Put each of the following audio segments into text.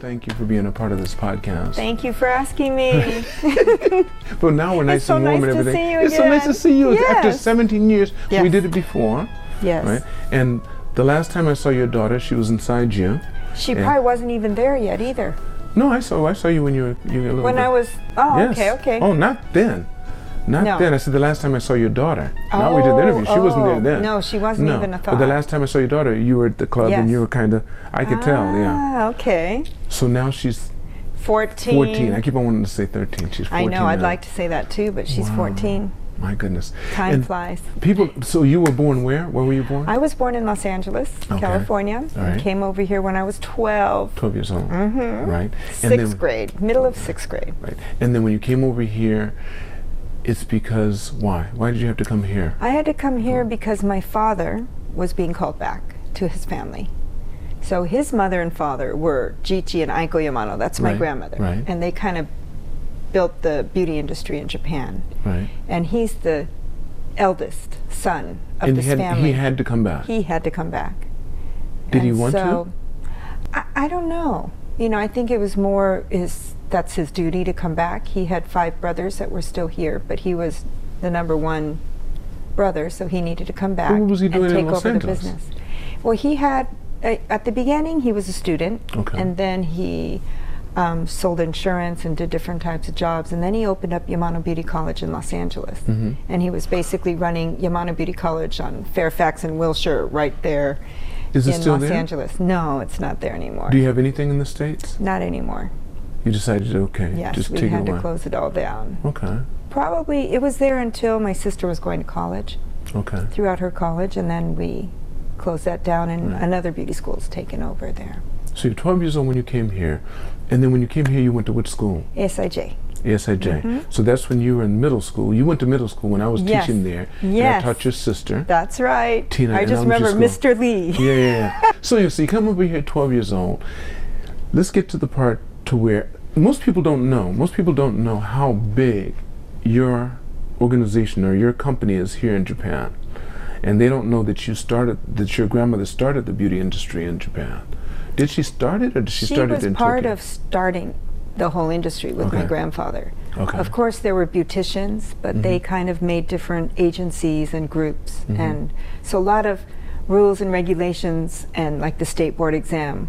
Thank you for being a part of this podcast. Thank you for asking me. But now we're nice so and warm nice and to everything. see you it's so nice to again. see you. After Yes. 17 years, we Yes. did it before, yes. right? And the last time I saw your daughter, she was inside you. She Yeah. probably wasn't even there yet either. No, I saw. I saw you when you were you were a little. When bit. I was. Oh, Yes. okay, okay. Oh, not then. Not No. then. I said the last time I saw your daughter. Now we did the interview. She wasn't there oh, then. No, she wasn't No. even a thought. But the last time I saw your daughter, you were at the club and Yes. you were kind of. I could tell. Yeah. Ah, okay. So now she's 14. 14. I keep on wanting to say 13. She's 14. I know, I'd now. like to say that too, but she's Wow. 14. My goodness. Time And flies. People. So you were born where? Where were you born? I was born in Los Angeles, Okay. California. All right. Came over here when I was 12, 12 years old. Mm-hmm. Right. and sixth then, grade, middle of sixth grade. Right. And then when you came over here, it's because why? Why did you have to come here? I had to come here because my father was being called back to his family. So his mother and father were Gigi and Aiko Yamano. That's my Right, grandmother. right. And they kind of built the beauty industry in Japan. Right. And he's the eldest son of and this he had family. he had to come back. He had to come back. Did he And want so, I, I don't know. You know, I think it was more his, that's his duty to come back. He had five brothers that were still here, but he was the number one brother, so he needed to come back what was he doing and in take Los over Angeles? the business. Well, he had, uh, at the beginning, he was a student, Okay. and then he um, sold insurance and did different types of jobs, and then he opened up Yamano Beauty College in Los Angeles. Mm-hmm. And he was basically running Yamano Beauty College on Fairfax and Wilshire right there Is it in still Los there? Angeles. No, it's not there anymore. Do you have anything in the states? not anymore. You decided okay, Yes, just we take had it away. to close it all down. Okay. Probably it was there until my sister was going to college, Okay. throughout her college, and then we closed that down, and Right. another beauty school's taken over there. So you're 12 years old when you came here, and then when you came here, you went to which school? SIJ. ESIJ. So that's when you were in middle school. You went to middle school when I was Mm-hmm. Yes. teaching there, Yes. and I taught your sister. That's right. Tina I in just elementary remember Mr. Lee. yeah, yeah, yeah. So you see, come over here, 12 years old. Let's get to the part to where most people don't know. Most people don't know how big your organization or your company is here in Japan, and they don't know that you started that your grandmother started the beauty industry in Japan. Did she start it, or did she, She start was it in part Tokyo? of starting the whole industry with my Okay. grandfather. Okay. Mm-hmm. Of course, there were beauticians, but they kind of made different agencies and groups, and so a lot of rules and regulations and like the state board exam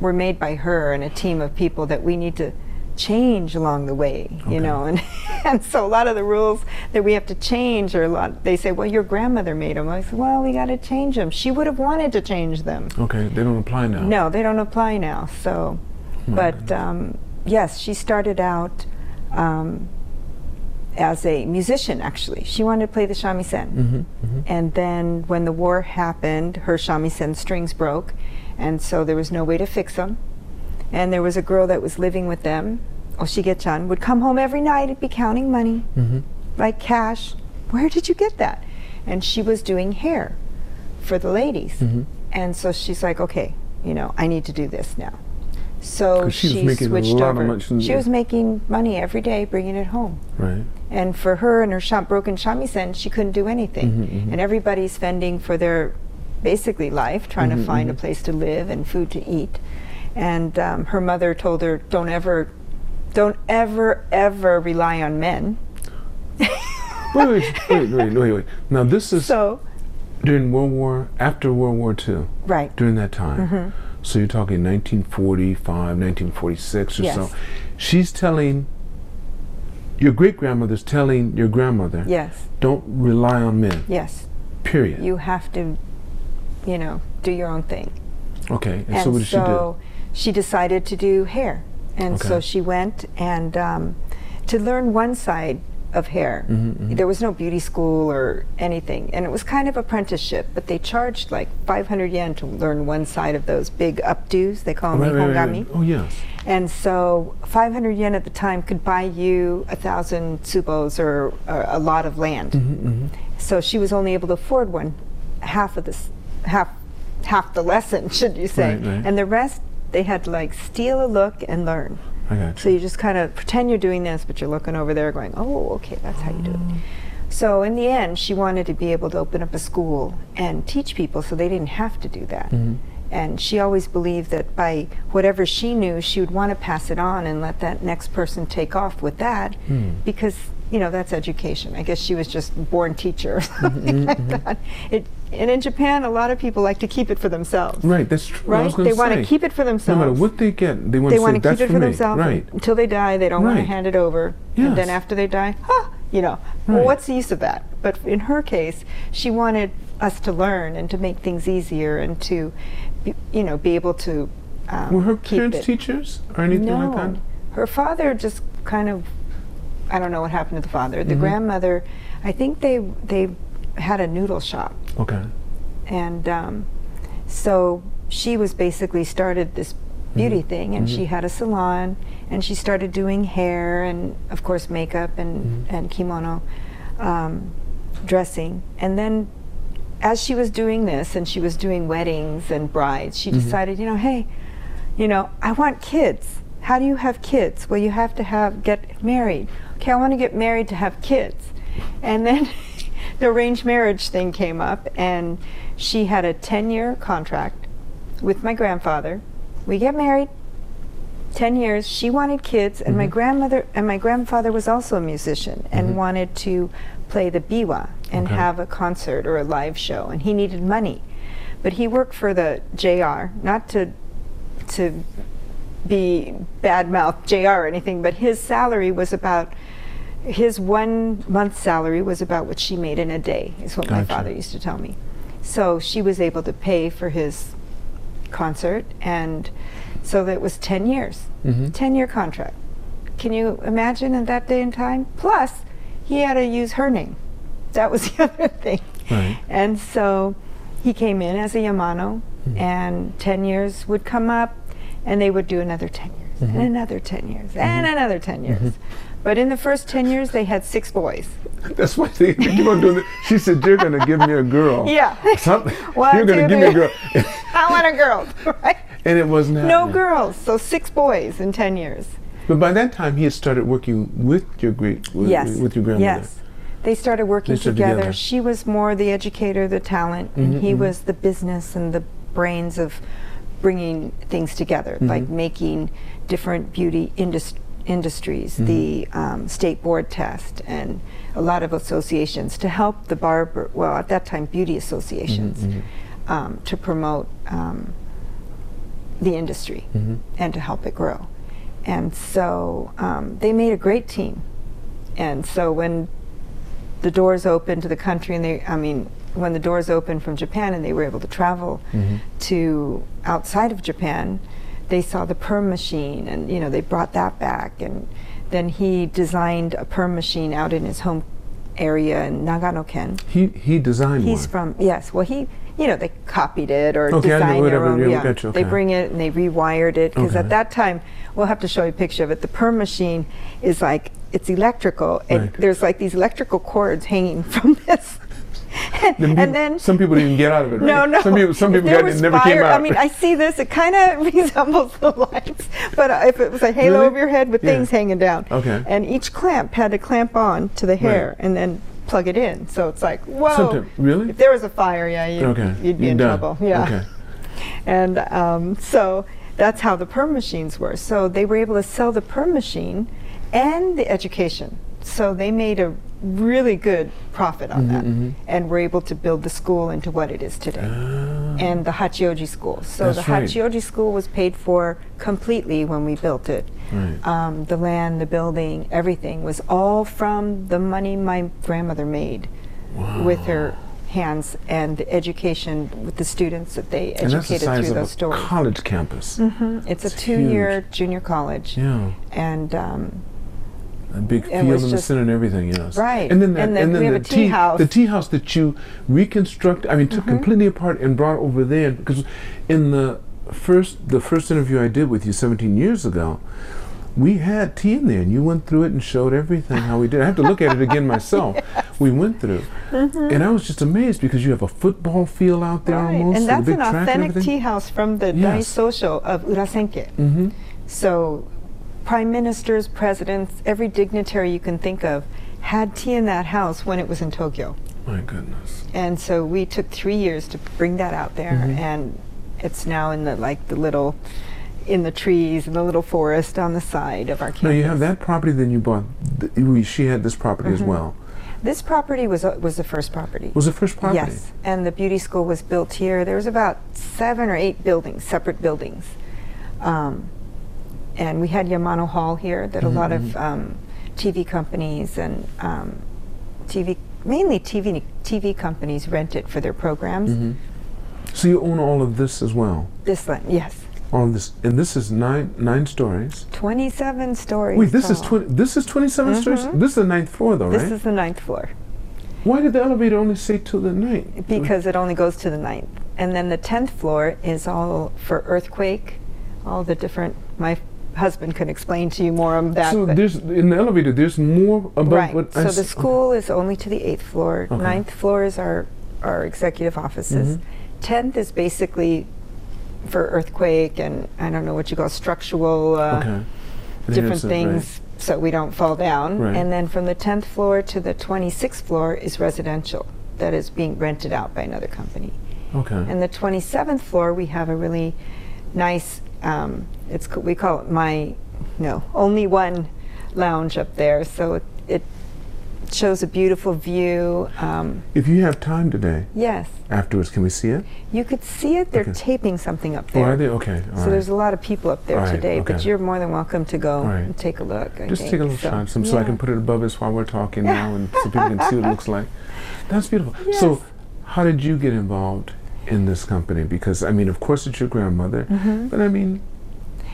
were made by her and a team of people that we need to change along the way, you know, and and so a lot of the rules that we have to change are a lot. They say, well, your grandmother made them. I said, well, we got to change them. She would have wanted to change them. Okay, they don't apply now. No, they don't apply now. So, but um, yes, she started out um, as a musician. Actually, she wanted to play the shamisen, and then when the war happened, her shamisen strings broke, and so there was no way to fix them. And there was a girl that was living with them, Oshige-chan, would come home every night and be counting money, like cash. Where did you get that? And she was doing hair for the ladies. Mm-hmm. And so she's like, okay, you know, I need to do this now. So 'Cause she she, was making a switched lot of over. money. She was- She was making money every day, bringing it home. Right. And for her and her sham- broken shamisen, she couldn't do anything. Mm-hmm, And everybody's fending for their basically life, trying Mm-hmm, to find a place to live and food to eat. And um, her mother told her, don't ever, don't ever, ever rely on men. Wait, wait, wait, wait, wait, wait. Now this is So, during World War, after World War II. right. during that time. Mm-hmm. So you're talking 1945, 1946 or so. Yes. She's telling your great grandmother's telling your grandmother, Yes, don't rely on men. yes. Period. You have to, you know, do your own thing. okay. And, and so what did so she decided to do hair and so Okay. she went and um, to learn one side of hair Mm-hmm, there was no beauty school or anything and it was kind of apprenticeship but they charged like 500 yen to learn one side of those big updos they call she do? them Right, right, right, nihongami right. Oh yes. and so 500 yen at the time could buy you a thousand tsubos or, or a lot of land. Mm-hmm, So she was only able to afford one, half of this, half, half the lesson, should you say, Right, right. and the rest they had to like steal a look and learn. I got So you. you just kind of pretend you're doing this, but you're looking over there going, oh, okay, that's how you do Mm. it. So in Mm-hmm. the end, she wanted to be able to open up a school and teach people so they didn't have to do that. And she always believed that by whatever she knew, she would want to pass it on and let that next person take off with that Hmm. because, you know, that's education. I guess she was just born teacher or Mm-hmm, something like that. It, and in Japan, a lot of people like to keep it for themselves. Right, that's true. I Right? was gonna They want to say, keep it for No themselves. matter what they get, they want they to want say to keep that's it for for me. themselves Right. until they die. They don't want to Right. hand it over, and Yes. then after they die, huh, you know, well, Right. what's the use of that? But in her case, she wanted us to learn and to make things easier and to, be, you know, be able to. Um, Were her keep parents it. teachers or anything no, like that? her father just kind of. I don't know what happened to the father. The Mm-hmm. grandmother, I think they they had a noodle shop Okay. and um, so she was basically started this beauty thing and she had a salon and she started doing hair and of course makeup and, and kimono um, dressing and then as she was doing this and she was doing weddings and brides she decided you know hey you know i want kids how do you have kids well you have to have get married okay i want to get married to have kids and then the arranged marriage thing came up, and she had a 10 year contract with my grandfather. We get married. 10 years she wanted kids and my grandmother and my grandfather was also a musician and wanted to play the biwa and Okay. have a concert or a live show and he needed money but he worked for the JR not to to be badmouth JR or anything, but his salary was about his one month salary was about what she made in a day, is what my Gotcha. father used to tell me. So she was able to pay for his concert, and so that was 10 years, Mm-hmm. 10 year contract. Can you imagine in that day and time? Plus, he had to use her name. That was the other thing. Right. And so he came in as a Yamano, Hmm. and 10 years would come up, and they would do another 10 years, Mm-hmm. and another 10 years, and another 10 years. But in the first 10 years, they had six boys. That's why they they keep on doing it. She said, You're going to give me a girl. Yeah. Something. One, You're going to Oh. give two, me a three. girl. I want a girl, right? and it wasn't No happening. girls, so six boys in 10 years. But by that time, he had started working with your great with, yes. with your grandmother. Yes. They started working They started together. together. Mm-hmm, She was more the educator, the talent, and he was the business and the brains of bringing things together, Mm-hmm. like making different beauty indus- industries, the Mm-hmm. um, state board test, and a lot of associations to help the barber, well, at that time, beauty associations, Mm-hmm, um, to promote. Um, the industry Mm-hmm. and to help it grow. And so um, they made a great team. And so when the doors opened to the country, and they, I mean, when the doors opened from Japan and they were able to travel to outside of Japan, they saw the perm machine and, you know, they brought that back. And then he designed a perm machine out in his home area in Nagano Ken. He he designed He's one. from yes. Well, he you know they copied it or Okay, I know, designed whatever, their own. yeah, we got you, They okay. bring it and they rewired it because Okay. at that time we'll have to show you a picture of it. The perm machine is like it's electrical and Right. there's like these electrical cords hanging from this. and, Some and peop- then some people didn't get out of it. Right? no, no. Some people some If people there got it was and never came fire- out. I mean, I see this. It kind of resembles the lights, but uh, if it was a halo Really? over your head with Yeah. things hanging down. Okay. And each clamp had to clamp on to the hair and then plug it in. So it's like, whoa. Sometime- really? If there was a fire, yeah, you'd, okay. you'd be You're in done. trouble. Yeah. Okay. And um, so that's how the perm machines were. So they were able to sell the perm machine and the education. So they made a really good profit Mm-hmm, on that and were able to build the school into what it is today. And the Hachioji school. So Ah. That's the right. Hachioji school was paid for completely when we built it. Right. Um, the land, the building, everything was all from the money my grandmother made with her hands and the education with the students that they And that's the educated size through of a those stories. Mm-hmm. college campus. Mm, it's a two-year junior college, Yeah. and um, A big It field in was the just- center and everything else. Right. And then, that, And then we have the a tea house. Mm-hmm. The tea house that you reconstructed, I mean, took completely apart and brought over there because in the first the first interview I did with you 17 years ago, we had tea in there and you went through it and showed everything how we did. I have to look at it again myself. We went through. And I was just amazed because you have a football field out there Mm-hmm. right. almost and that's a big an track authentic and tea everything. house from the Yes. Daisosho of Urasenke. Mm-hmm. So, prime ministers, presidents, every dignitary you can think of had tea in that house when it was in Tokyo. My goodness. Mm-hmm. And so we took three years to bring that out there, and It's now in the like the little, in the trees and the little forest on the side of our No, campus. you have that property, then you bought, th- you- she had this property Mm-hmm. as well. This property was uh, was the first property. Was the first property? Yes, and the beauty school was built here. There was about seven or eight buildings, separate buildings, um, and we had Yamano Hall here that Mm-hmm, a lot of um, TV companies and um, TV mainly TV TV companies rent it for their programs. Mm-hmm. So you own all of this as well? This land, yes, All of this, and this is nine, nine stories? twenty-seven stories. Wait, this is tall. twenty, this is twenty-seven stories? This is the ninth floor though, Mm-hmm. This right? is the ninth floor Why did the elevator only say till the ninth? because it only goes to the ninth, and then the tenth floor is all for earthquake, all the different. My husband can explain to you more on that. So but- there's, in the elevator, there's more above Right. what I So s- the school is only to the eighth floor. Okay. Ninth floor is our, our executive offices. Mm-hmm. Tenth is basically for earthquake and I don't know what you call structural uh, Okay. It different has it, right. things so we don't fall down. Right. And then from the tenth floor to the twenty-sixth floor is residential that is being rented out by another company. Okay. And the 27th floor, we have a really nice, um, it's, c- we call it my, no, only one lounge up there. So it, it shows a beautiful view. Um, If you have time today, yes, afterwards, can we see it? you could see it. They're Okay. taping something up Oh, there. are they? Okay, all So right. there's a lot of people up there All right, today, but okay. you're more than welcome to go All right. and take a look. I Just think. take a little So, shot, some, so I yeah. can put it above us while we're talking now, and so people can see what it looks like. That's beautiful. Yes. So, how did you get involved in this company? Because I mean, of course, it's your grandmother, but I mean,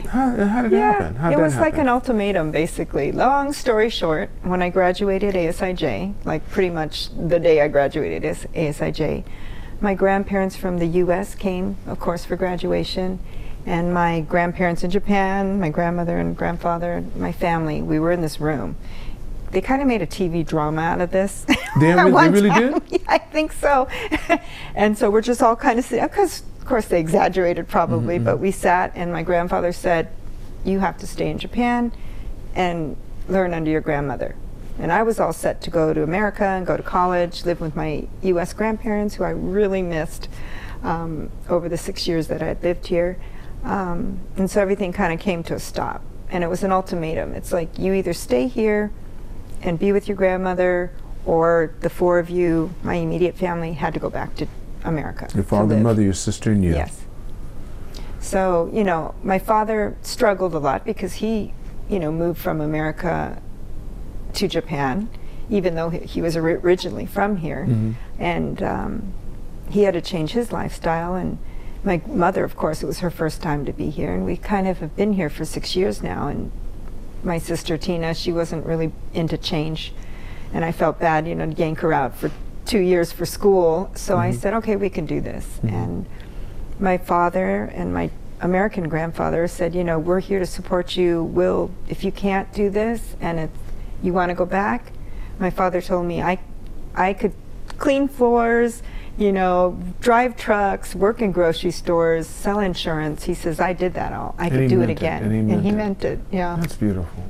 how, how did it happen? How Mm-hmm. it did was that like happen? an ultimatum, basically. Long story short, when I graduated ASIJ, like pretty much the day I graduated AS- ASIJ, my grandparents from the U.S. came, of course, for graduation, and my grandparents in Japan, my grandmother and grandfather, and my family. We were in this room. They kind of made a TV drama out of this. They At re- they one really time. did? Yeah, I think so. and so we're just all kind of sitting, because of course they exaggerated probably, Mm-hmm, but we sat and my grandfather said, You have to stay in Japan and learn under your grandmother. And I was all set to go to America and go to college, live with my US grandparents, who I really missed um, over the six years that I had lived here. Um, and so everything kind of came to a stop. And it was an ultimatum. It's like, you either stay here and be with your grandmother, or the four of you, my immediate family, had to go back to America. your to father, live. mother, your sister, and you. Yes. So, you know, my father struggled a lot because he, you know, moved from America to Japan, even though he, he was ori- originally from here. Mm-hmm. And um, he had to change his lifestyle. And my mother, of course, it was her first time to be here. And we kind of have been here for six years now. And my sister Tina, she wasn't really into change. And I felt bad, you know, to yank her out for two years for school. So I said, okay, we can do this. And my father and my American grandfather said, you know, we're here to support you. Will if you can't do this and if you want to go back, my father told me I, I could clean floors, you know, drive trucks, work in grocery stores, sell insurance. He says I did that all. I And could he do it meant it, again, and he meant it. meant it. Yeah. That's beautiful.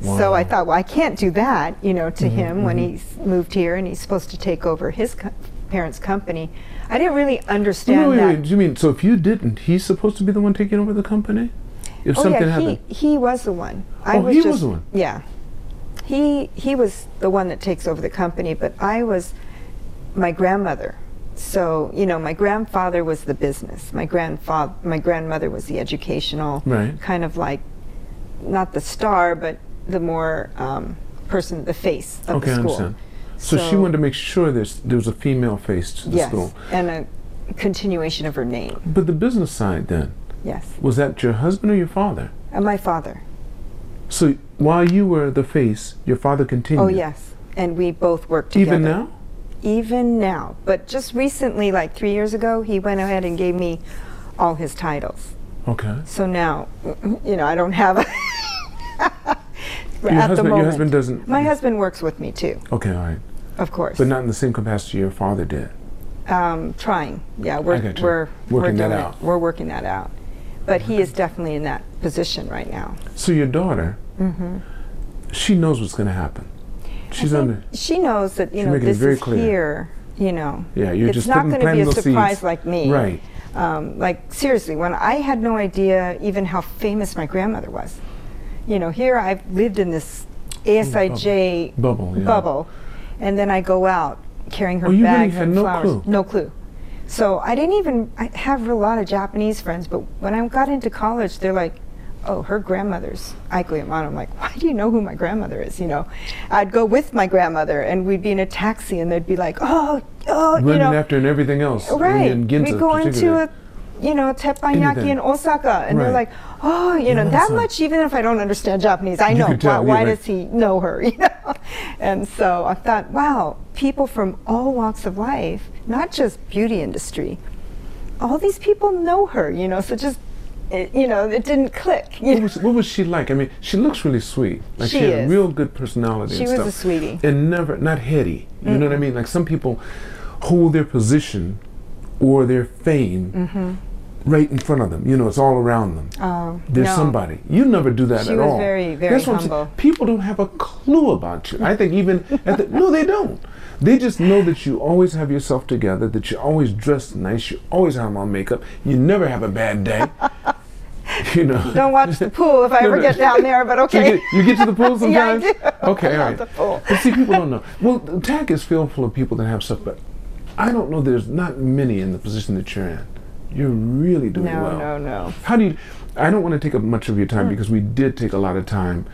So Wow. I Mm-hmm, thought, well, I can't do that, you know, to him when he s- moved here and he's supposed to take over his co- parents' company. I didn't really understand No, wait, that. wait, do you mean so? If you didn't, he's supposed to be the one taking over the company? If Oh something yeah, happened, he he was the one. I Oh, was he just, was the one. Yeah, he he was the one that takes over the company, but I was my grandmother. So you know, my grandfather was the business. My grandfather, my grandmother was the educational Right. kind of like not the star, but the more um, person, the face of okay, the I school. understand. So, she wanted to make sure there's, there was a female face to the yes, school. and a continuation of her name. But the business side then, Yes, was that your husband or your father? and my father. So while you were the face, your father continued. Oh yes, and we both worked together. Even now? even now. But just recently, like three years ago, he went ahead and gave me all his titles. Okay. So now, you know, I don't have. A Your husband- your husband doesn't- My husband works with me too, Okay, all right. of course. But not in the same capacity your father did. um, trying. Yeah, we're got you. we're we're Working that doing it. out. We're working that out. But he is definitely in that position right now. So your daughter, Mm-hmm. she knows what's going to happen. She's under. She knows that you She's know making it this very is clear. here. You know, Yeah, you're it's just not putting- going to be planting a those surprise seeds. like me. Right. Um, like seriously, when I had no idea even how famous my grandmother was. You know, here I've lived in this ASIJ Bubble, yeah. bubble, and then I go out carrying her Oh, you really bags had and no flowers. clue. No clue. So I didn't even I have a lot of Japanese friends, but when I got into college, they're like, "Oh, her grandmother's Aiko Yamada." I'm like, "Why do you know who my grandmother is?" You know, I'd go with my grandmother, and we'd be in a taxi, and they'd be like, "Oh, oh, Running you know, after and everything else. right? In Ginza we go into particularly. a, you know, teppanyaki Anything. in Osaka, and they're Right. like, "Oh, you know, In that Osaka. much. Even if I don't understand Japanese, I You know could why, tell, yeah, why right. does he know her? You know, and so I thought, wow, people from all walks of life, not just beauty industry, all these people know her. You know, so just, it, you know, it didn't click. You What know? was, what was she like? I mean, she looks really sweet. Like she, She had is. real good personality. She and was stuff. a sweetie. and never not heady. You know what I mean? Like some people hold their position or their fame right in front of them. You know, it's all around them. Mm-hmm. Oh, There's no. somebody. You never do that She at was all. very, very That's what I'm saying. humble. People don't have a clue about you. I think even at the, no, they don't. They just know that you always have yourself together, that you always dress nice, you always have on makeup, you never have a bad day. you know. Don't watch the pool if I No, ever no. get down there, but So okay. You get, you get to the pool Yeah, I sometimes? do. Okay, all Love right. the pool. But see, people don't know. Well, the TAC is filled full of people that have stuff, but I don't know. There's not many in the position that you're in. You're really doing No, well. no, no. Hmm. How do you? I don't want to take up much of your time because we did take a lot of time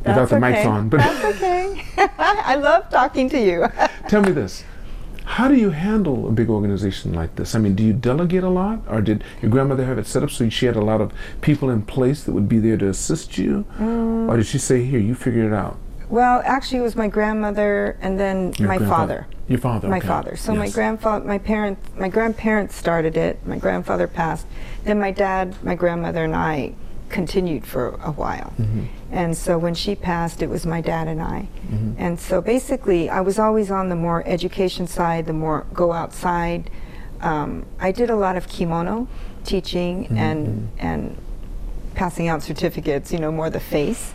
without That's the mics okay. on. But That's okay. I love talking to you. tell me this. How do you handle a big organization like this? I mean, do you delegate a lot, or did your grandmother have it set up so she had a lot of people in place that would be there to assist you, Mm. or did she say, "Here, you figure it out"? Well, actually, it was my grandmother and then Your my grandfather- father. Your father. My okay. father. So my Yes. grandfather, my parents, my grandparents started it. My grandfather passed. Then my dad, my grandmother, and I continued for a while. Mm-hmm. And so when she passed, it was my dad and I. Mm-hmm. And so basically, I was always on the more education side, the more go outside. Um, I did a lot of kimono teaching Mm-hmm. and and passing out certificates, you know, more the face.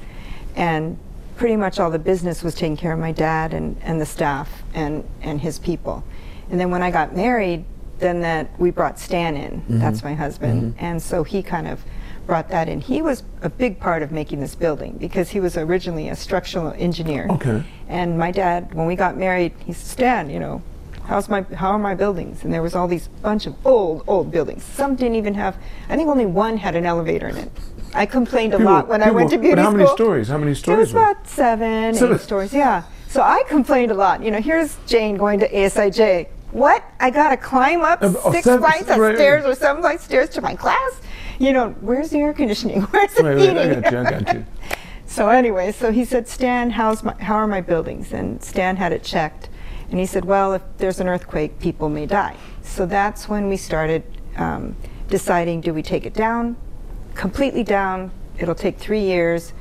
And pretty much all the business was taken care of my dad and, and the staff and, and his people. And then when I got married, then that we brought Stan in. Mm-hmm. That's my husband. And so he kind of brought that in. He was a big part of making this building because he was originally a structural engineer. Okay. And my dad, when we got married, he said, Stan, you know, how's my, how are my buildings? And there was all these bunch of old, old buildings. Some didn't even have, I think only one had an elevator in it. I complained a People- lot when I went to people- beauty But how school. many stories? How many It was stories? were- about seven, Seven. eight stories, yeah. So I complained a lot. You know, here's Jane going to ASIJ. What? I gotta climb up Um, oh, six seven- flights of right, right. stairs or seven flights of stairs to my class? You know, where's the air conditioning? Where's the Wait, heating? wait, I got you. I got you. So anyway, so he said, Stan, how's my, how are my buildings? And Stan had it checked. And he said, well, if there's an earthquake, people may die. So that's when we started um, deciding, do we take it down, completely down, it'll take three years,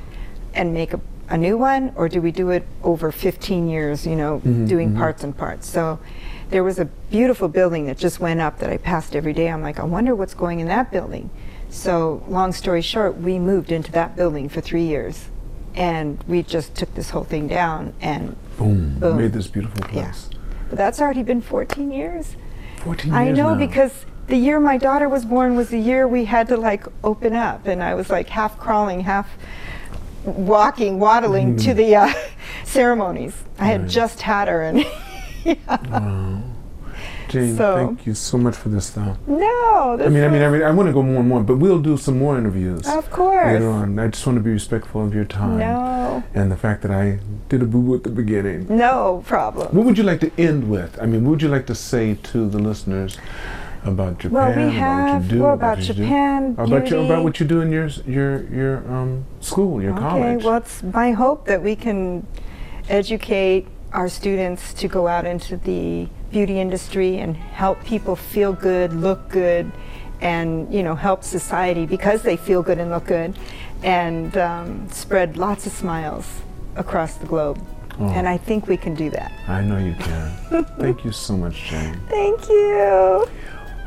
and make a, a new one, or do we do it over 15 years, you know, doing parts and parts? So there was a beautiful building that just went up that I passed every day. I'm like, I wonder what's going in that building. So, long story short, we moved into that building for three years. And we just took this whole thing down and Boom. Boom. Made this beautiful yeah. place. But that's already been 14 years. 14 I years know now. because the year my daughter was born was the year we had to like open up, and I was like half crawling, half walking, waddling Hmm. to the uh, ceremonies. I had just had her, and Jane, so- thank you so much for this though. no, this I mean, I mean, I was- mean, I want to go more and more, but we'll do some more interviews of course, later on. I just want to be respectful of your time no, and the fact that I did a boo boo at the beginning. no problem. What would you like to end with? I mean, what would you like to say to the listeners about Japan? Well, we about what have you do, well, about about what you do? Japan About, your, about beauty. what you do in your s- your your um, school, your college. Okay, well, it's my hope that we can educate our students to go out into the beauty industry and help people feel good, look good, and you know help society because they feel good and look good, and um, spread lots of smiles across the globe. Oh. And I think we can do that. I know you can. Thank you so much, Jane. Thank you.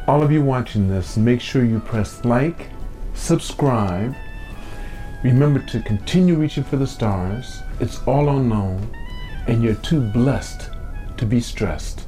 All of you watching this, make sure you press like, subscribe. Remember to continue reaching for the stars. It's all unknown, and you're too blessed to be stressed.